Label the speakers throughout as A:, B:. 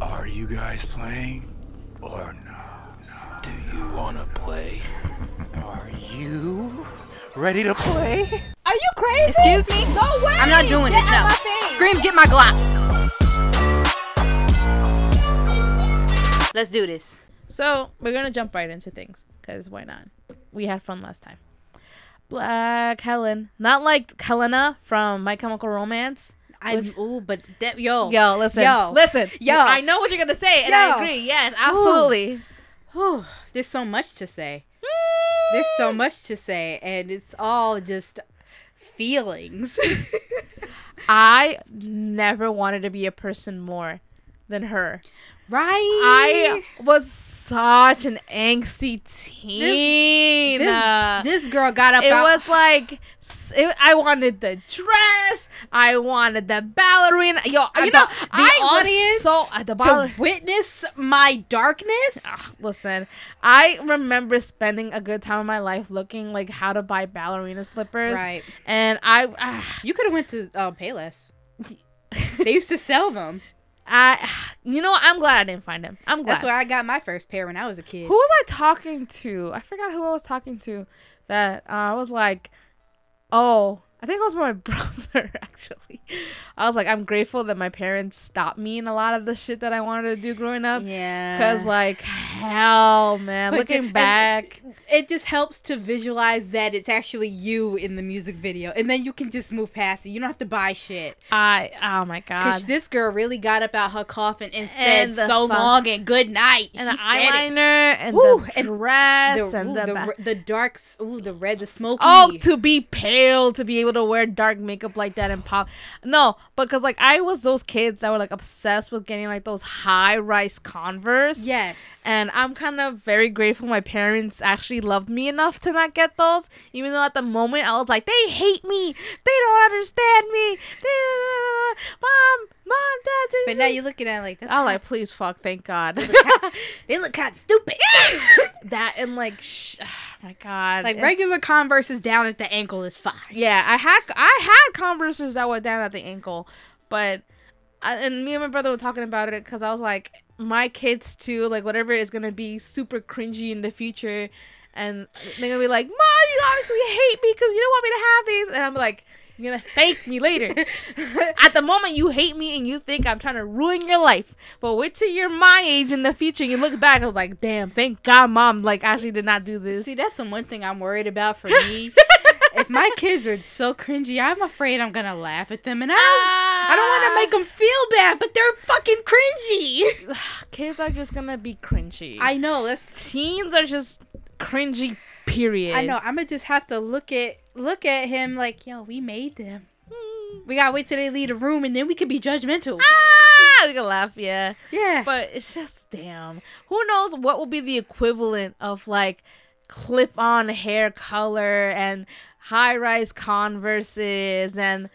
A: Are you guys playing or no? Do you want to play? Are you ready to play?
B: Are you crazy?
C: Excuse me?
B: Go away.
C: I'm not doing
B: Get
C: this.
B: out
C: No.
B: my face.
C: Scream, get my Glock. Let's do this.
B: So we're gonna jump right into things, cause why not? We had fun last time. Black Helen, not like Helena from My Chemical Romance.
C: I
B: Which-
C: ooh, but that, yo,
B: Yo, listen,
C: Oh. Yo.
B: listen,
C: Yo.
B: I know what you're gonna say, and
C: Yo.
B: I agree. Yes, absolutely.
C: Whew, there's so much to say. There's so much to say, and it's all just feelings.
B: I never wanted to be a person more than her.
C: right?
B: I was such an angsty teen.
C: this, this girl got up
B: uh, it
C: out.
B: was like s- it, I wanted the dress, I wanted the ballerina. Yo,
C: I
B: you know,
C: thought Uh, the
B: I
C: audience
B: was so uh, the
C: to
B: baller-
C: witness my darkness.
B: Ugh, Listen, I remember spending a good time of my life looking like how to buy ballerina slippers,
C: Right.
B: and I, ah,
C: You could have went to uh, Payless. they used to sell them.
B: I, you know, what? I'm glad I didn't find him. I'm glad.
C: That's where I got my first pair when I was a kid.
B: who was I talking to? I forgot who I was talking to. That uh, I was like, oh, I think it was my brother actually. I was like, I'm grateful that my parents stopped me in a lot of the shit that I wanted to do growing up.
C: Yeah.
B: Cause like hell, man.
C: But
B: Looking
C: it-
B: back,
C: it just helps to visualize that it's actually you in the music video, and then you can just move past it. You don't have to buy shit.
B: I oh my god.
C: Cause this girl really got up out her coffin and said
B: And the
C: so
B: fuck-
C: long and good night.
B: and
C: she
B: the
C: said it.
B: eyeliner and
C: Woo,
B: the
C: and
B: dress
C: The,
B: and
C: ooh,
B: the,
C: the,
B: ba-
C: r- the dark, s- ooh, the red, the smoky.
B: Oh, to be pale, to be able to wear dark makeup like that and pop. No, because like I was those kids that were like obsessed with getting like those high rise Converse.
C: yes.
B: And I'm kind of very grateful my parents actually loved me enough to not get those, even though at the moment I was like, they hate me. They don't understand me. They- Mom, mom, dad. they
C: but
B: just
C: now
B: hate-"
C: you're looking at it like that's
B: I'm
C: kind
B: like, please, fuck, thank God.
C: they look kind of stupid.
B: that and like, sh- oh my God.
C: like
B: And-
C: regular Converse is down at the ankle is fine.
B: Yeah, I had I had Converse's that were down at the ankle, but I, and me and my brother were talking about it because I was like, my kids too, like whatever is gonna be super cringy in the future, and they're gonna be like, Mom, you obviously hate me because you don't want me to have these, and I'm like, you're gonna thank me later. at the moment, you hate me and you think I'm trying to ruin your life, but wait till you're my age in the future and you look back, I was like, damn, thank God, Mom, like actually did not do this.
C: See, that's the one thing I'm worried about for me. if my kids are so cringy, I'm afraid I'm gonna laugh at them, and I I don't
B: Ah.
C: want to make them feel bad, but they're fucking cringy.
B: kids are just gonna be cringy.
C: I know. That's
B: teens are just cringy. Period.
C: I know. I'm gonna just have to look at look at him like, yo, we made them.
B: Hmm.
C: We gotta wait till they leave the room, and then we can be judgmental.
B: Ah, we can laugh, yeah.
C: Yeah.
B: But it's just damn. Who knows what will be the equivalent of like clip-on hair color and high-rise Converses and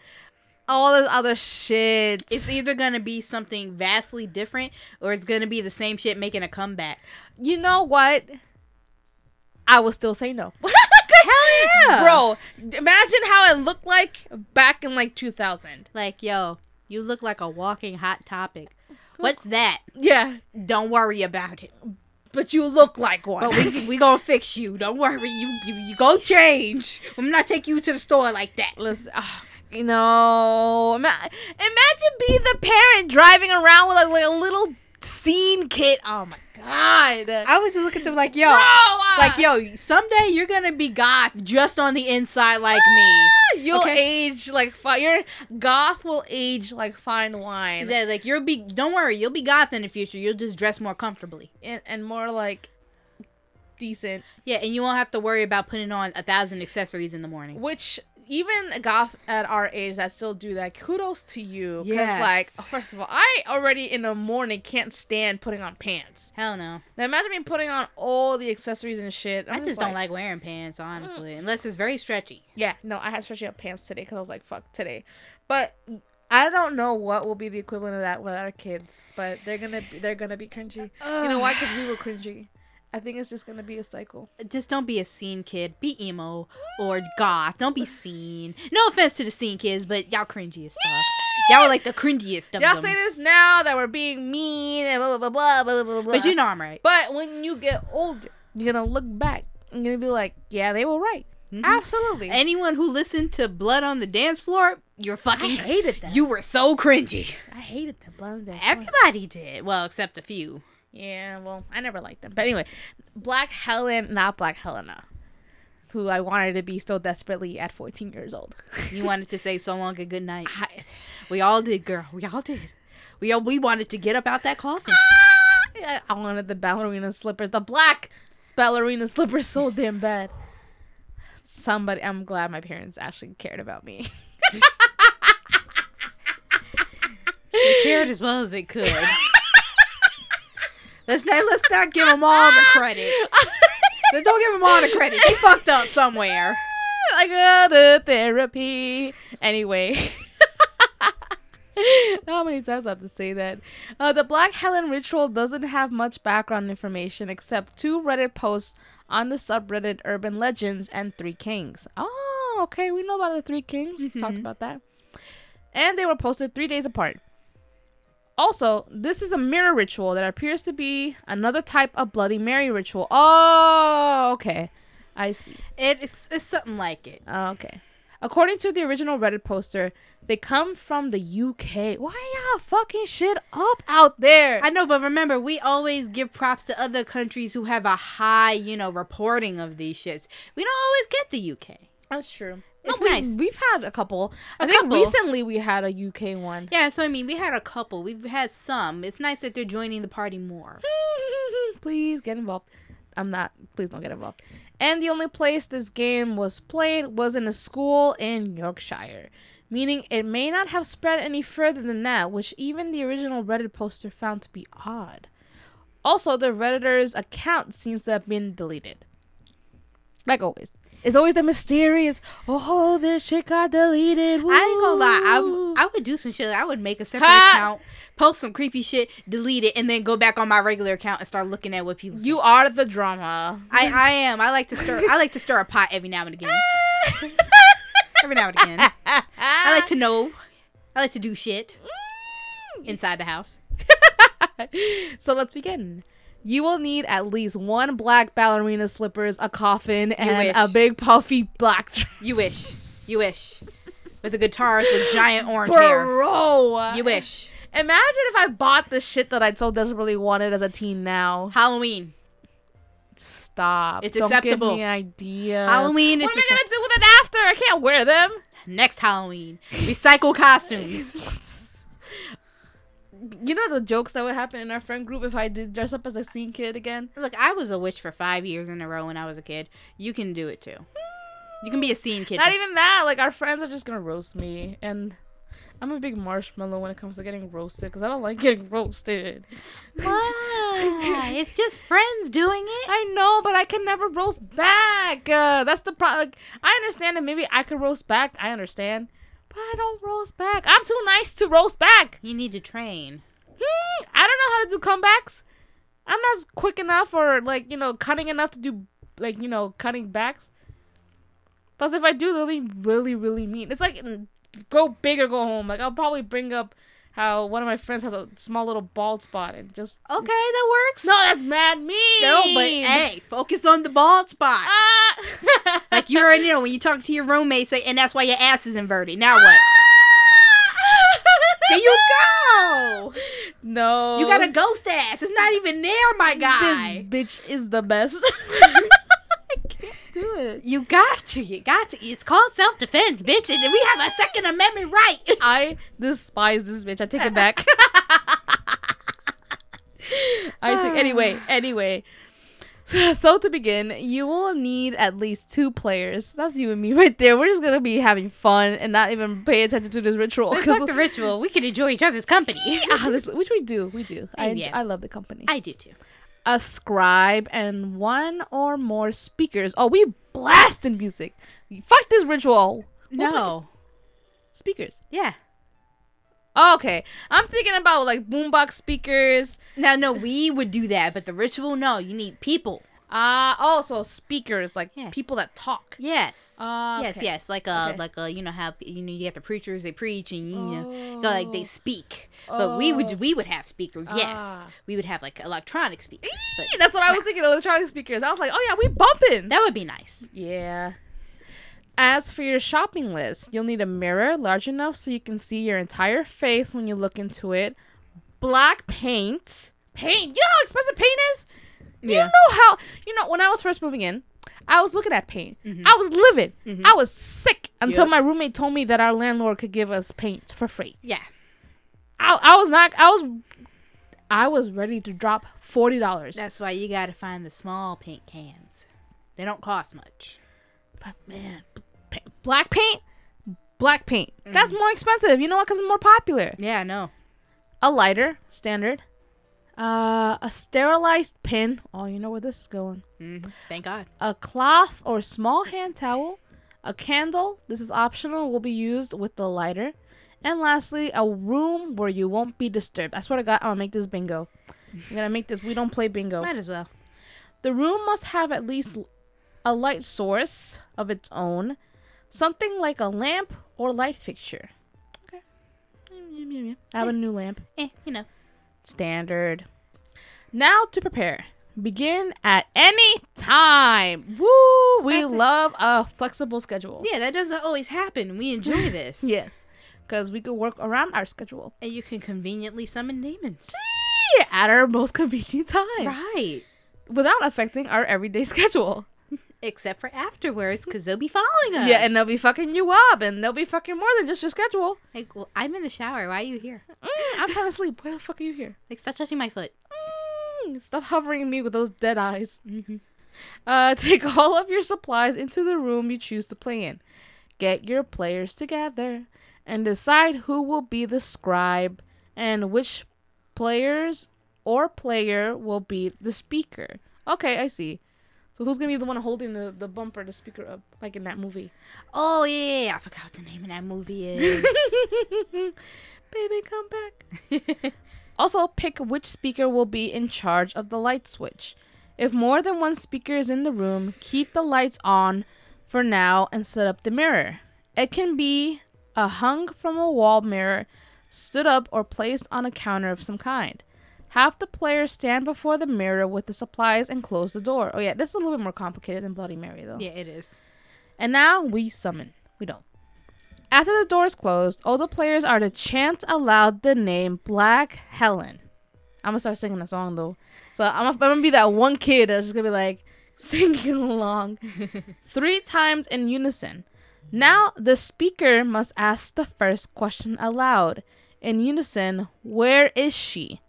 B: all this other shit.
C: it's either gonna be something vastly different, or it's gonna be the same shit making a comeback.
B: you know what? I would still say no.
C: Hell yeah,
B: Bro, imagine how it looked like back in like 2000.
C: Like, yo, you look like a walking hot topic. What's that?
B: Yeah,
C: Don't worry about it.
B: but you look like one.
C: But we we gonna fix you. Don't worry. You you, you go change. I'm not take you to the store like that.
B: Listen, ah, you know, ima- imagine being the parent driving around with like, like a little scene kit. Oh my god!
C: I would just look at them like, yo,
B: No, ah,
C: like yo, someday you're gonna be goth just on the inside like me.
B: you'll
C: okay.
B: age like fine. Your goth will age like fine wine,
C: Is that like you'll be? Don't worry, you'll be goth in the future. You'll just dress more comfortably.
B: and, and more like decent.
C: Yeah, and you won't have to worry about putting on a thousand accessories in the morning.
B: Which even goth at our age that still do that. Kudos to you, because
C: Yes.
B: like first of all, I already in the morning can't stand putting on pants.
C: Hell no,
B: Now imagine me putting on all the accessories and shit.
C: i
B: I'm
C: just, don't like wearing pants honestly, unless it's very stretchy.
B: Yeah, no, I had stretchy up pants today because I was like, fuck today. But I don't know what will be the equivalent of that with our kids, but they're gonna be, they're gonna be cringy. You know why? Because we were cringy. I think it's just gonna be a cycle.
C: Just don't be a scene kid. Be emo or goth. Don't be scene. No offense to the scene kids, but y'all cringy as fuck. Y'all were like the cringiest of
B: Y'all
C: them.
B: say this now that we're being mean and blah blah blah blah blah blah blah.
C: But you know I'm right.
B: But when you get older, you're gonna look back and you're gonna be like, yeah, they were right.
C: Mhm.
B: Absolutely.
C: Anyone who listened to Blood on the Dance Floor, you're
B: I
C: fucking.
B: hated that.
C: You were so cringy.
B: I hated that blonde. ass one.
C: Everybody did. Well, except a few.
B: Yeah, well, I never liked them. But anyway, Black Helen, not Black Helena, who I wanted to be so desperately at 14 years old.
C: You wanted to say so long and good night.
B: I-
C: We all did, girl. We all did. We all we wanted to get up out that coffin.
B: I I wanted the ballerina slippers, the black ballerina slippers, so damn bad. Somebody, I'm glad my parents actually cared about me.
C: They cared as well as they could. let's not let's not give them all the credit. Let's Don't give them all the credit. They fucked up somewhere.
B: I go to therapy. Anyway. How many times I have to say that? Uh, the Black Helen ritual doesn't have much background information except two Reddit posts on the subreddit Urban Legends and Three Kings. Oh, okay. We know about the Three Kings. We talked about that. And they were posted three days apart. Also, this is a mirror ritual that appears to be another type of Bloody Mary ritual. Oh, okay. I see.
C: It's it's something like it.
B: Oh, okay. According to the original Reddit poster, they come from the UK. Why y'all fucking shit up out there?
C: I know, but remember, we always give props to other countries who have a high, you know, reporting of these shits. We don't always get the UK.
B: That's true.
C: It's
B: we,
C: nice.
B: We've had a couple. I
C: A
B: think
C: couple.
B: recently we had a UK one.
C: Yeah, that's what I mean. We had a couple. We've had some. It's nice that they're joining the party more.
B: please get involved. I'm not. Please don't get involved. And the only place this game was played was in a school in Yorkshire, meaning it may not have spread any further than that, which even the original Reddit poster found to be odd. Also, the Redditor's account seems to have been deleted. Like always. It's always the mysterious, oh, their shit got deleted.
C: I ain't gonna lie. I,
B: woo."
C: w- I would do some shit. I would make a separate
B: Ha!
C: account, post some creepy shit, delete it, and then go back on my regular account and start looking at what people. say.
B: you are the drama.
C: I, I am. I like to stir. I like to stir a pot every now and again. every now and again. I like to know. I like to do shit inside the house.
B: Mm. so let's begin. You will need at least one black ballerina slippers, a coffin, and
C: wish.
B: a big puffy black dress.
C: You wish. You wish. With the guitars with giant orange hair.
B: Bro,
C: You wish.
B: Imagine if I bought the shit that I so desperately wanted as a teen. Now,
C: Halloween.
B: stop.
C: It's
B: Don't
C: acceptable.
B: Give me idea.
C: Halloween is
B: What am I
C: accept-
B: gonna do with it after? I can't wear them.
C: next Halloween. Recycle costumes.
B: You know the jokes that would happen in our friend group if I did dress up as a scene kid again.
C: Look, I was a witch for five years in a row when I was a kid. You can do it too. You can be a scene kid.
B: Not even that. Like our friends are just gonna roast me, and I'm a big marshmallow when it comes to getting roasted because I don't like getting roasted.
C: Why? it's just friends doing it.
B: I know, but I can never roast back. Uh, that's the problem. Like, I understand that maybe I could roast back. I understand, but I don't roast back. I'm too nice to roast back.
C: You need to train.
B: Hmm, I don't know how to do comebacks. I'm not quick enough or like you know cunning enough to do like you know cutting backs. Plus, if I do, they'll be really really mean. It's like mm, go big or go home. Like I'll probably bring up how one of my friends has a small little bald spot and just
C: Okay, that works.
B: no, that's mad mean.
C: no, but hey, focus on the bald spot.
B: Ah!
C: like you already know when you talk to your roommate, say, and that's why your ass is inverted. Now what? there you go.
B: no,
C: You got a ghost ass. It's not even there, my guy.
B: This bitch is the best. I can't do it.
C: You got to. You got to. It's called self defense, bitch, and we have a Second Amendment right.
B: I despise this bitch. I take it back. I take anyway, anyway. So to begin, you will need at least two players. That's you and me right there. We're just gonna be having fun and not even pay attention to this ritual.
C: Fuck the ritual. We can enjoy each other's company.
B: honestly, which we do, we do. I
C: Yeah.
B: I love the company.
C: I do too.
B: A scribe and one or more speakers. Oh, we blasting music. Fuck this ritual. We'll play-
C: No.
B: speakers.
C: Yeah.
B: Okay, I'm thinking about like boombox speakers.
C: Now, no, we would do that, but the ritual, no. You need people.
B: Uh oh, so speakers like
C: Yeah.
B: people that talk.
C: Yes.
B: Uh,
C: Yes, yes, like a
B: Okay.
C: like a you know how you know you have the preachers they preach and you know go like they
B: Oh.
C: speak, but we
B: Oh.
C: would we would have speakers. Yes,
B: Ah.
C: we would have like electronic speakers, but
B: That's what I was thinking. Electronic speakers. I was like, oh yeah, we bumping.
C: that would be nice.
B: Yeah. As for your shopping list, you'll need a mirror large enough so you can see your entire face when you look into it. Black paint. Paint. You know how expensive paint is?
C: Yeah.
B: You know how you know when I was first moving in, I was looking at paint. I was livid. I was sick until
C: Yep.
B: my roommate told me that our landlord could give us paint for free.
C: Yeah.
B: I, I was not I was I was ready to drop forty dollars.
C: That's why you gotta find the small paint cans. They don't cost much.
B: But man, b- pa- black paint, black paint. That's more expensive. You know what? Because it's more popular.
C: Yeah, I know.
B: A lighter, standard. Uh, a sterilized pin. Oh, you know where this is going.
C: Mhm. Thank God.
B: A cloth or small hand towel. A candle. This is optional. Will be used with the lighter. And lastly, a room where you won't be disturbed. I swear to God, I'm gonna make this bingo. I'm gonna make this. We don't play bingo.
C: Might as well.
B: The room must have at least a light source of its own, something like a lamp or light fixture. Okay. I have a new lamp.
C: Eh, you know.
B: Standard. Now to prepare. Begin at any time. Woo! We
C: That's it.
B: love a flexible schedule.
C: Yeah, that doesn't always happen. We enjoy this.
B: Yes. Because we could work around our schedule
C: And you can conveniently summon demons.
B: at our most convenient time
C: Right.
B: without affecting our everyday schedule.
C: Except for afterwards, because they'll be following us.
B: Yeah, and they'll be fucking you up and they'll be fucking more than just your schedule.
C: like, well, I'm in the shower. Why are you here?
B: Mm, I'm trying to sleep. Why the fuck are you here?
C: Like, stop touching my foot.
B: Mm, stop hovering me with those dead eyes. Uh, take all of your supplies into the room you choose to play in. Get your players together and decide who will be the scribe and which players or player will be the speaker. Okay, I see. So who's gonna be the one holding the, the bumper, the speaker up, like in that movie?
C: Oh yeah, yeah, yeah, I forgot what the name of that movie is.
B: Baby, come back. Also, pick which speaker will be in charge of the light switch. If more than one speaker is in the room, keep the lights on for now and set up the mirror. It can be a hung from a wall mirror, stood up, or placed on a counter of some kind. Have the player stand before the mirror with the supplies and close the door. Oh, yeah, this is a little bit more complicated than Bloody Mary, though.
C: yeah, it is.
B: And now we summon. We don't. After the doors closed, all the players are to chant aloud the name Black Helen. I'm gonna start singing the song though, so I'm, I'm gonna be that one kid that's just gonna be like singing along three times in unison. Now the speaker must ask the first question aloud in unison. Where is she?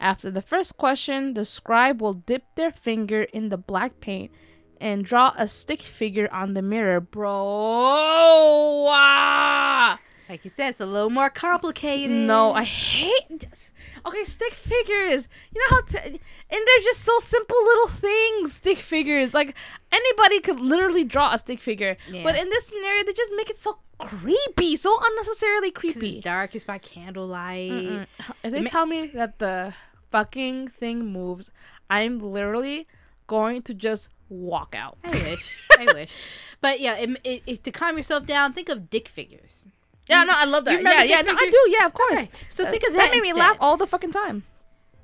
B: After the first question, the scribe will dip their finger in the black paint and draw a stick figure on the mirror, bro. Ah!
C: Like you said, it's a little more complicated.
B: No, I hate. This. Okay, stick figures. You know how to, and they're just so simple little things. Stick figures, like anybody could literally draw a stick figure, but
C: Yeah.
B: in this scenario, they just make it so creepy, so unnecessarily
C: 'Cause
B: creepy.
C: it's dark. It's by candlelight.
B: Mm-mm. If they tell me that the fucking thing moves, I'm literally going to just walk out.
C: I wish. I wish. But yeah, it, it, it, to calm yourself down, think of dick figures.
B: Yeah, no, I love that.
C: remember
B: Yeah, yeah,
C: the
B: no, I
C: figures?
B: do. Yeah, of course.
C: Okay, so
B: Uh,
C: think of
B: That
C: that
B: made me laugh
C: instead.
B: all the fucking time.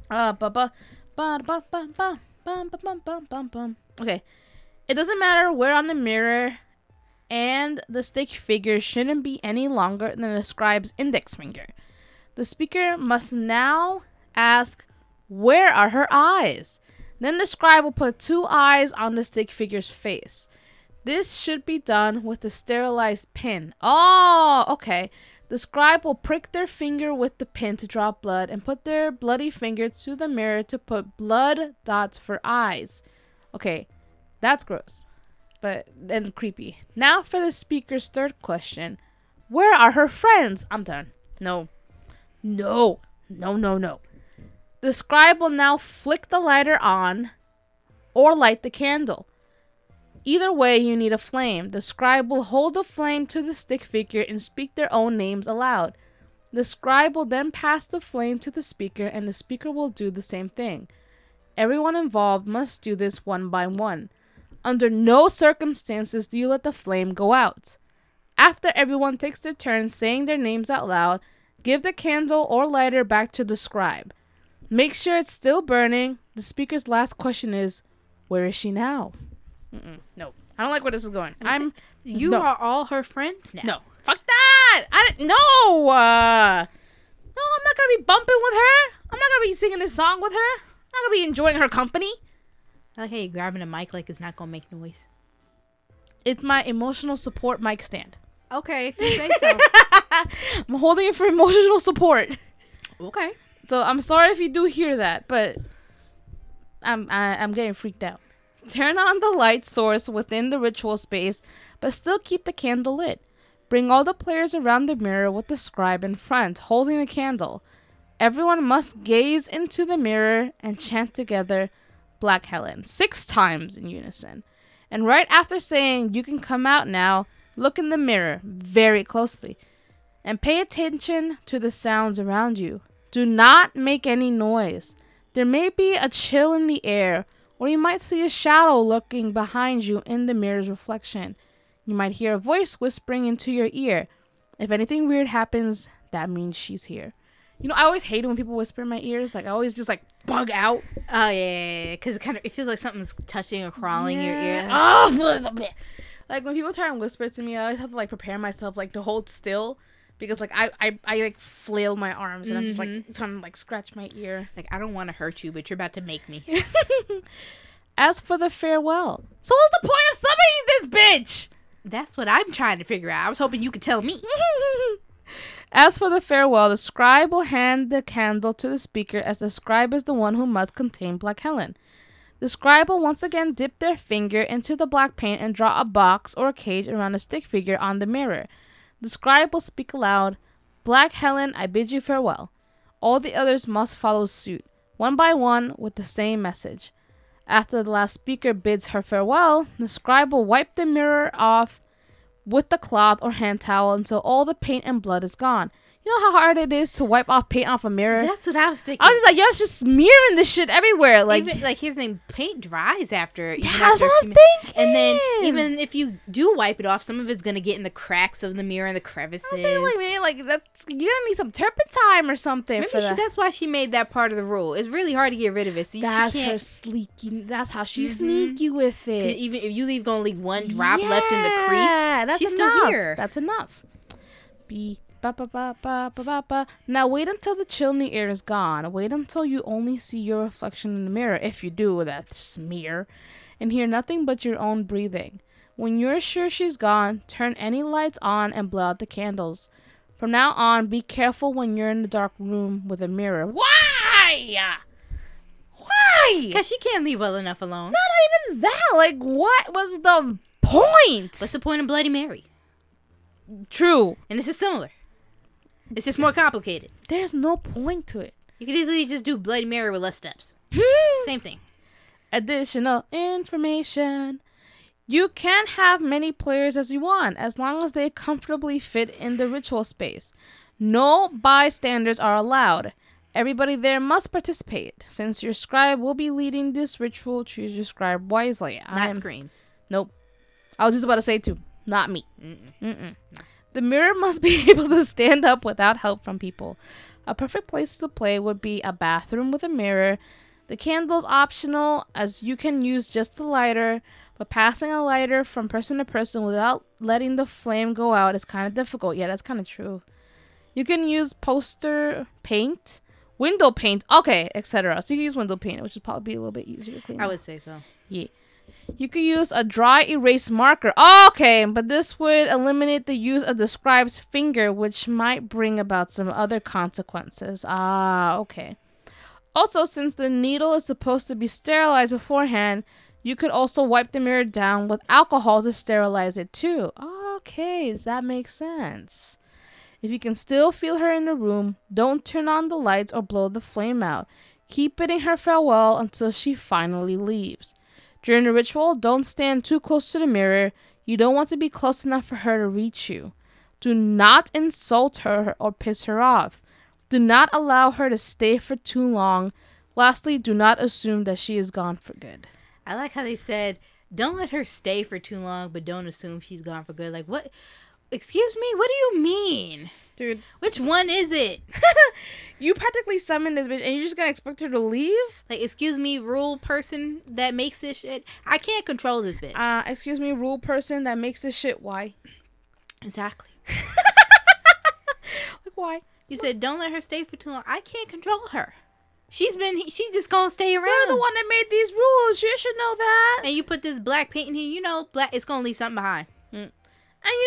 B: Uh, ba ba ba ba ba ba bum bum bum bum bum bum. Okay, it doesn't matter where on the mirror, and the stick figure shouldn't be any longer than the scribe's index finger. The speaker must now ask, "Where are her eyes?" Then the scribe will put two eyes on the stick figure's face. This should be done with a sterilized pin. Oh, okay. The scribe will prick their finger with the pin to draw blood and put their bloody finger to the mirror to put blood dots for eyes. Okay, that's gross, but and creepy. Now for the speaker's third question Where are her friends? I'm done. No. No. No, no, no. The scribe will now flick the lighter on or light the candle. Either way, you need a flame. The scribe will hold the flame to the stick figure and speak their own names aloud. The scribe will then pass the flame to the speaker, and the speaker will do the same thing. Everyone involved must do this one by one. Under no circumstances do you let the flame go out. After everyone takes their turn saying their names out loud, give the candle or lighter back to the scribe. Make sure it's still burning. The speaker's last question is, Where is she now? Mm-mm, no. I don't like where this is going. I'm.
C: You
B: No.
C: are all her friends now.
B: No. Fuck that! I didn't. No! Uh, no, I'm not gonna be bumping with her. I'm not gonna be singing this song with her. I'm not gonna be enjoying her company.
C: I like how you grabbing a mic like it's not gonna make noise.
B: It's my emotional support mic stand.
C: Okay, if you say so.
B: I'm holding it for emotional support.
C: okay.
B: So I'm sorry if you do hear that, but I'm I, I'm getting freaked out. Turn on the light source within the ritual space, but still keep the candle lit. Bring all the players around the mirror with the scribe in front, holding the candle. Everyone must gaze into the mirror and chant together Black Helen six times in unison. And right after saying, You can come out now, look in the mirror very closely and pay attention to the sounds around you. Do not make any noise. There may be a chill in the air, or you might see a shadow lurking behind you in the mirror's reflection. You might hear a voice whispering into your ear. If anything weird happens, that means she's here. You know, I always hate it when people whisper in my ears. Like, I always just like bug out.
C: Oh yeah, because it kind of it feels like something's touching or crawling your ear.
B: Oh, like when people try and whisper to me, I always have to like prepare myself like to hold still because like I I, I like flail my arms and I'm just like trying to like scratch my ear.
C: Like I don't want to hurt you, but you're about to make me.
B: As for the farewell, so what's the point of summoning this bitch?
C: That's what I'm trying to figure out. I was hoping you could tell me.
B: As for the farewell, the scribe will hand the candle to the speaker, as the scribe is the one who must contain Black Helen. The scribe will once again dip their finger into the black paint and draw a box or a cage around a stick figure on the mirror. The scribe will speak aloud, Black Helen, I bid you farewell. All the others must follow suit, one by one, with the same message. After the last speaker bids her farewell, the scribe will wipe the mirror off with the cloth or hand towel until all the paint and blood is gone. You know how hard it is to wipe off paint off a mirror?
C: That's what I was thinking.
B: I was just like, y'all just smearing this shit everywhere. Like,
C: like, even, like here's the thing, paint dries after. even
B: Yeah,
C: after
B: that's
C: a
B: what I'm
C: few min- And then
B: thinking.
C: even if you do wipe it off, some of it's gonna get in the cracks of the mirror and the crevices.
B: I was thinking, like, man, like that's you're gonna need some turpentine or something
C: Maybe
B: for
C: she,
B: that.
C: that's why she made that part of the rule. It's really hard to get rid of it. So you
B: that's
C: she
B: her
C: can't,
B: sleeky. That's how she's
C: Mhm.
B: sneaky with it.
C: 'cause even if you leave gonna leave one drop left in the crease,
B: Yeah, that's
C: she's
B: enough.
C: still here.
B: That's enough. Be ba ba ba ba ba ba ba. Now wait until the chill in the air is gone. Wait until you only see your reflection in the mirror, if you do that smear, and hear nothing but your own breathing. When you're sure she's gone, turn any lights on and blow out the candles. From now on, be careful when you're in a dark room with a mirror. Why? Why?
C: Cause she can't leave well enough alone.
B: Not even that. Like, what was the point?
C: What's the point of Bloody Mary?
B: True.
C: And this is similar. It's just more complicated.
B: There's no point to it.
C: You could easily just do Bloody Mary with less steps. Same thing.
B: Additional information. You can have many players as you want, as long as they comfortably fit in the ritual space. No bystanders are allowed. Everybody there must participate. Since your scribe will be leading this ritual, choose your scribe wisely.
C: Not
B: I'm-
C: screams.
B: Nope. I was just about to say too. Not me. Mm-mm. The mirror must be able to stand up without help from people. A perfect place to play would be a bathroom with a mirror. The candle's optional, as you can use just the lighter, but passing a lighter from person to person without letting the flame go out is kind of difficult. Yeah, that's kind of true. You can use poster paint, window paint, okay, etc. So you can use window paint, which would probably be a little bit easier to clean.
C: I
B: up.
C: would say so.
B: Yeah. You could use a dry erase marker. okay, but this would eliminate the use of the scribe's finger, which might bring about some other consequences. Ah, okay. Also, since the needle is supposed to be sterilized beforehand, you could also wipe the mirror down with alcohol to sterilize it too. Okay, so that makes sense. If you can still feel her in the room, don't turn on the lights or blow the flame out. Keep bidding her farewell until she finally leaves. During the ritual, don't stand too close to the mirror. You don't want to be close enough for her to reach you. Do not insult her or piss her off. Do not allow her to stay for too long. Lastly, do not assume that she is gone for good.
C: I like how they said, "Don't let her stay for too long, but don't assume she's gone for good." Like what? Excuse me. What do you mean?
B: Dude,
C: Which one is it?
B: you practically summoned this bitch and you're just gonna expect her to leave?
C: Like, excuse me, rule person that makes this shit. I can't control this bitch.
B: Uh, excuse me, rule person that makes this shit why?
C: exactly.
B: Like, why?
C: You said don't let her stay for too long. I can't control her. She's been. She's just gonna stay around.
B: You're the one that made these rules. You should know that. And,
C: And you put this black paint in here. You know, black. It's gonna leave something behind.
B: you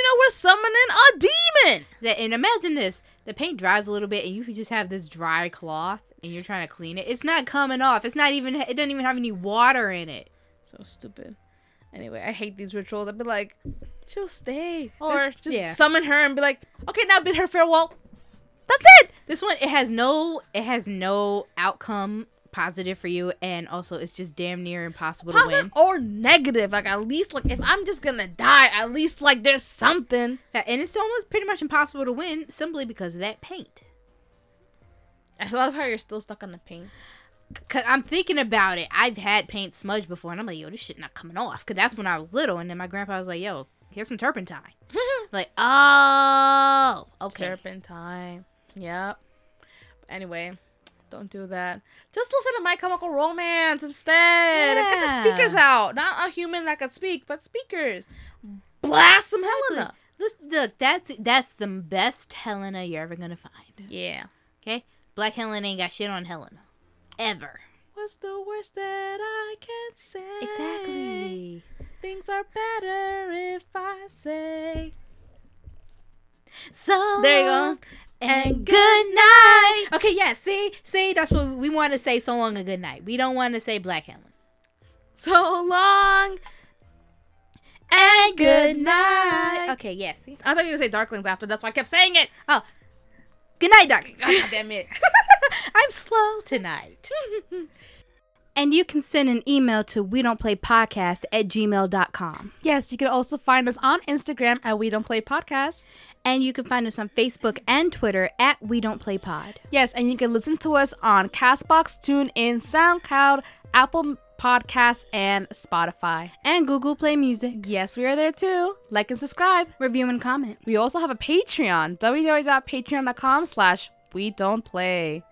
B: know, we're summoning a demon.
C: That and imagine this: the paint dries a little bit, and you just have this dry cloth, and you're trying to clean it. It's not coming off. It's not even. It doesn't even have any water in it.
B: So stupid. Anyway, I hate these rituals. I'd be like, she'll stay. Or just
C: yeah.
B: summon her and be like, okay, now bid her farewell. That's it.
C: This one, it has no. It has no outcome positive for you, and also it's just damn near impossible to
B: Positive
C: win.
B: or negative. Like, at least, like, if I'm just gonna die, at least, like, there's something.
C: And it's almost pretty much impossible to win simply because of that paint.
B: I love how you're still stuck on the pain.
C: Cause I'm thinking about it. I've had paint smudge before, and I'm like, yo, this shit not coming off. Cause that's when I was little, and then my grandpa was like, yo, here's some turpentine. I'm like, oh, okay.
B: Serpentine. Yep. But anyway, don't do that. Just listen to My Chemical Romance instead. Get the
C: Yeah.
B: speakers out. Not a human that could speak, but speakers. Blast some Helena.
C: Listen, look, that's that's the best Helena you're ever gonna find.
B: Yeah.
C: Okay, Black Helena ain't got shit on Helena, ever.
B: What's the worst that I can say?
C: Exactly.
B: Things are better if I say.
C: So
B: There you go.
C: And good night. Okay, yeah. See, see, that's what we want to say. So long and good night. We don't want to say Black Helena.
B: So long and good night.
C: Okay, yeah. See.
B: I thought you were gonna say Darklings after. That's why I kept saying it.
C: Oh, good night, Doc.
B: God damn it.
C: I'm slow tonight. and you can send an email to we don't play podcast at gmail.com.
B: Yes, you can also find us on Instagram at We Don't Play Podcast.
C: And you can find us on Facebook and Twitter at We Don't Play Pod.
B: Yes, and you can listen to us on Castbox, TuneIn, SoundCloud, Apple Podcasts, and Spotify.
C: And Google Play Music.
B: Yes, we are there too. Like and subscribe.
C: Review and comment.
B: We also have a Patreon, www.patreon.com slash we don't play.